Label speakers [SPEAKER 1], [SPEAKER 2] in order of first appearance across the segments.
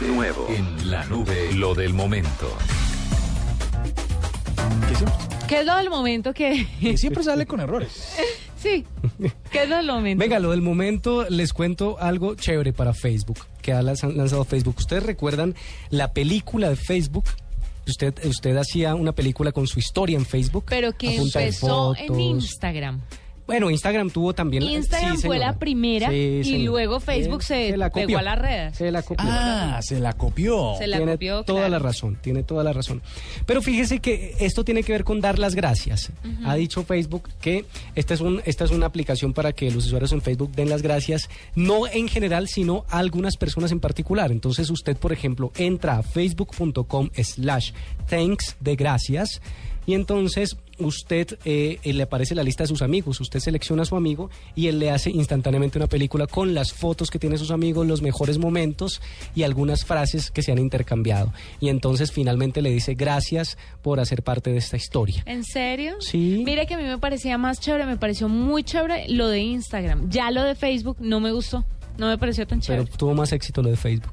[SPEAKER 1] Nuevo. En la nube. Lo del momento.
[SPEAKER 2] ¿Qué es lo del momento que.?
[SPEAKER 3] Que siempre sale con errores.
[SPEAKER 2] sí. ¿Qué es lo del momento?
[SPEAKER 4] Venga, lo del momento les cuento algo chévere para Facebook, que ha lanz- lanzado Facebook. ¿Ustedes recuerdan la película de Facebook? Usted, usted hacía una película con su historia en Facebook.
[SPEAKER 2] Pero que
[SPEAKER 4] a punta de
[SPEAKER 2] empezó en
[SPEAKER 4] fotos.
[SPEAKER 2] Instagram.
[SPEAKER 4] Bueno, Instagram tuvo también... la-
[SPEAKER 2] Instagram
[SPEAKER 4] sí,
[SPEAKER 2] fue
[SPEAKER 4] señora.
[SPEAKER 2] la primera
[SPEAKER 4] Sí,
[SPEAKER 2] y
[SPEAKER 4] señora.
[SPEAKER 2] luego Facebook
[SPEAKER 4] Eh,
[SPEAKER 2] se,
[SPEAKER 4] la
[SPEAKER 2] pegó
[SPEAKER 4] copió.
[SPEAKER 2] a las redes.
[SPEAKER 4] Se la copió.
[SPEAKER 3] Ah, se la copió.
[SPEAKER 2] Se la
[SPEAKER 4] tiene
[SPEAKER 2] copió.
[SPEAKER 4] toda
[SPEAKER 2] claro.
[SPEAKER 4] la razón, tiene toda la razón. Pero fíjese que esto tiene que ver con dar las gracias. Ha dicho Facebook que esta es, un, esta es una aplicación para que los usuarios en Facebook den las gracias, no en general, sino a algunas personas en particular. Entonces usted, por ejemplo, entra a facebook.com slash thanks de gracias y entonces usted eh, eh, le aparece la lista de sus amigos, usted selecciona a su amigo y él le hace instantáneamente una película con las fotos que tiene sus amigos, los mejores momentos y algunas frases que se han intercambiado. Y entonces finalmente le dice gracias por hacer parte de esta historia.
[SPEAKER 2] ¿En serio?
[SPEAKER 4] Sí.
[SPEAKER 2] Mira que a mí me parecía más chévere, me pareció muy chévere lo de Instagram. Ya lo de Facebook no me gustó, no me pareció tan
[SPEAKER 4] Pero
[SPEAKER 2] chévere. Pero,
[SPEAKER 4] tuvo más éxito lo de Facebook.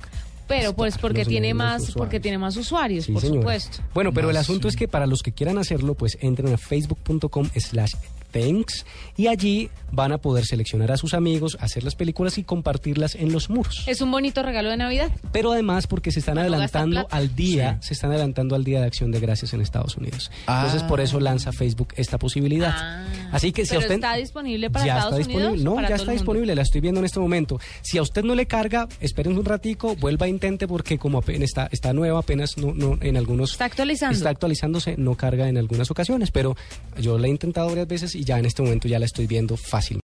[SPEAKER 2] pues porque
[SPEAKER 4] Los
[SPEAKER 2] tiene
[SPEAKER 4] mismos
[SPEAKER 2] más,
[SPEAKER 4] usuarios.
[SPEAKER 2] porque tiene más usuarios,
[SPEAKER 4] Sí,
[SPEAKER 2] por
[SPEAKER 4] señora.
[SPEAKER 2] supuesto.
[SPEAKER 4] Bueno, pero
[SPEAKER 3] Más,
[SPEAKER 4] el asunto
[SPEAKER 3] sí.
[SPEAKER 4] es que para los que quieran hacerlo, pues entren a facebook.com slash thanks y allí van a poder seleccionar a sus amigos, hacer las películas y compartirlas en los muros.
[SPEAKER 2] Es un bonito regalo de Navidad.
[SPEAKER 4] pero además porque se están
[SPEAKER 2] Para no
[SPEAKER 4] adelantando
[SPEAKER 2] gastar plata.
[SPEAKER 4] al día, se están adelantando al día de Acción de Gracias en Estados Unidos. Entonces por eso lanza Facebook esta posibilidad.
[SPEAKER 2] Ah.
[SPEAKER 4] Así que si a
[SPEAKER 2] Pero
[SPEAKER 4] usted
[SPEAKER 2] está disponible para
[SPEAKER 4] ya
[SPEAKER 2] Estados
[SPEAKER 4] está disponible,
[SPEAKER 2] Unidos,
[SPEAKER 4] no,
[SPEAKER 2] para todo
[SPEAKER 4] ya está
[SPEAKER 2] el mundo.
[SPEAKER 4] disponible, la estoy viendo en este momento. Si a usted no le carga, espérense un ratico, vuelva a intente porque como apenas está está nueva, apenas no, no en algunos
[SPEAKER 2] Está actualizando.
[SPEAKER 4] Está actualizándose, no carga en algunas ocasiones, pero yo la he intentado varias veces y ya en este momento ya la estoy viendo fácil.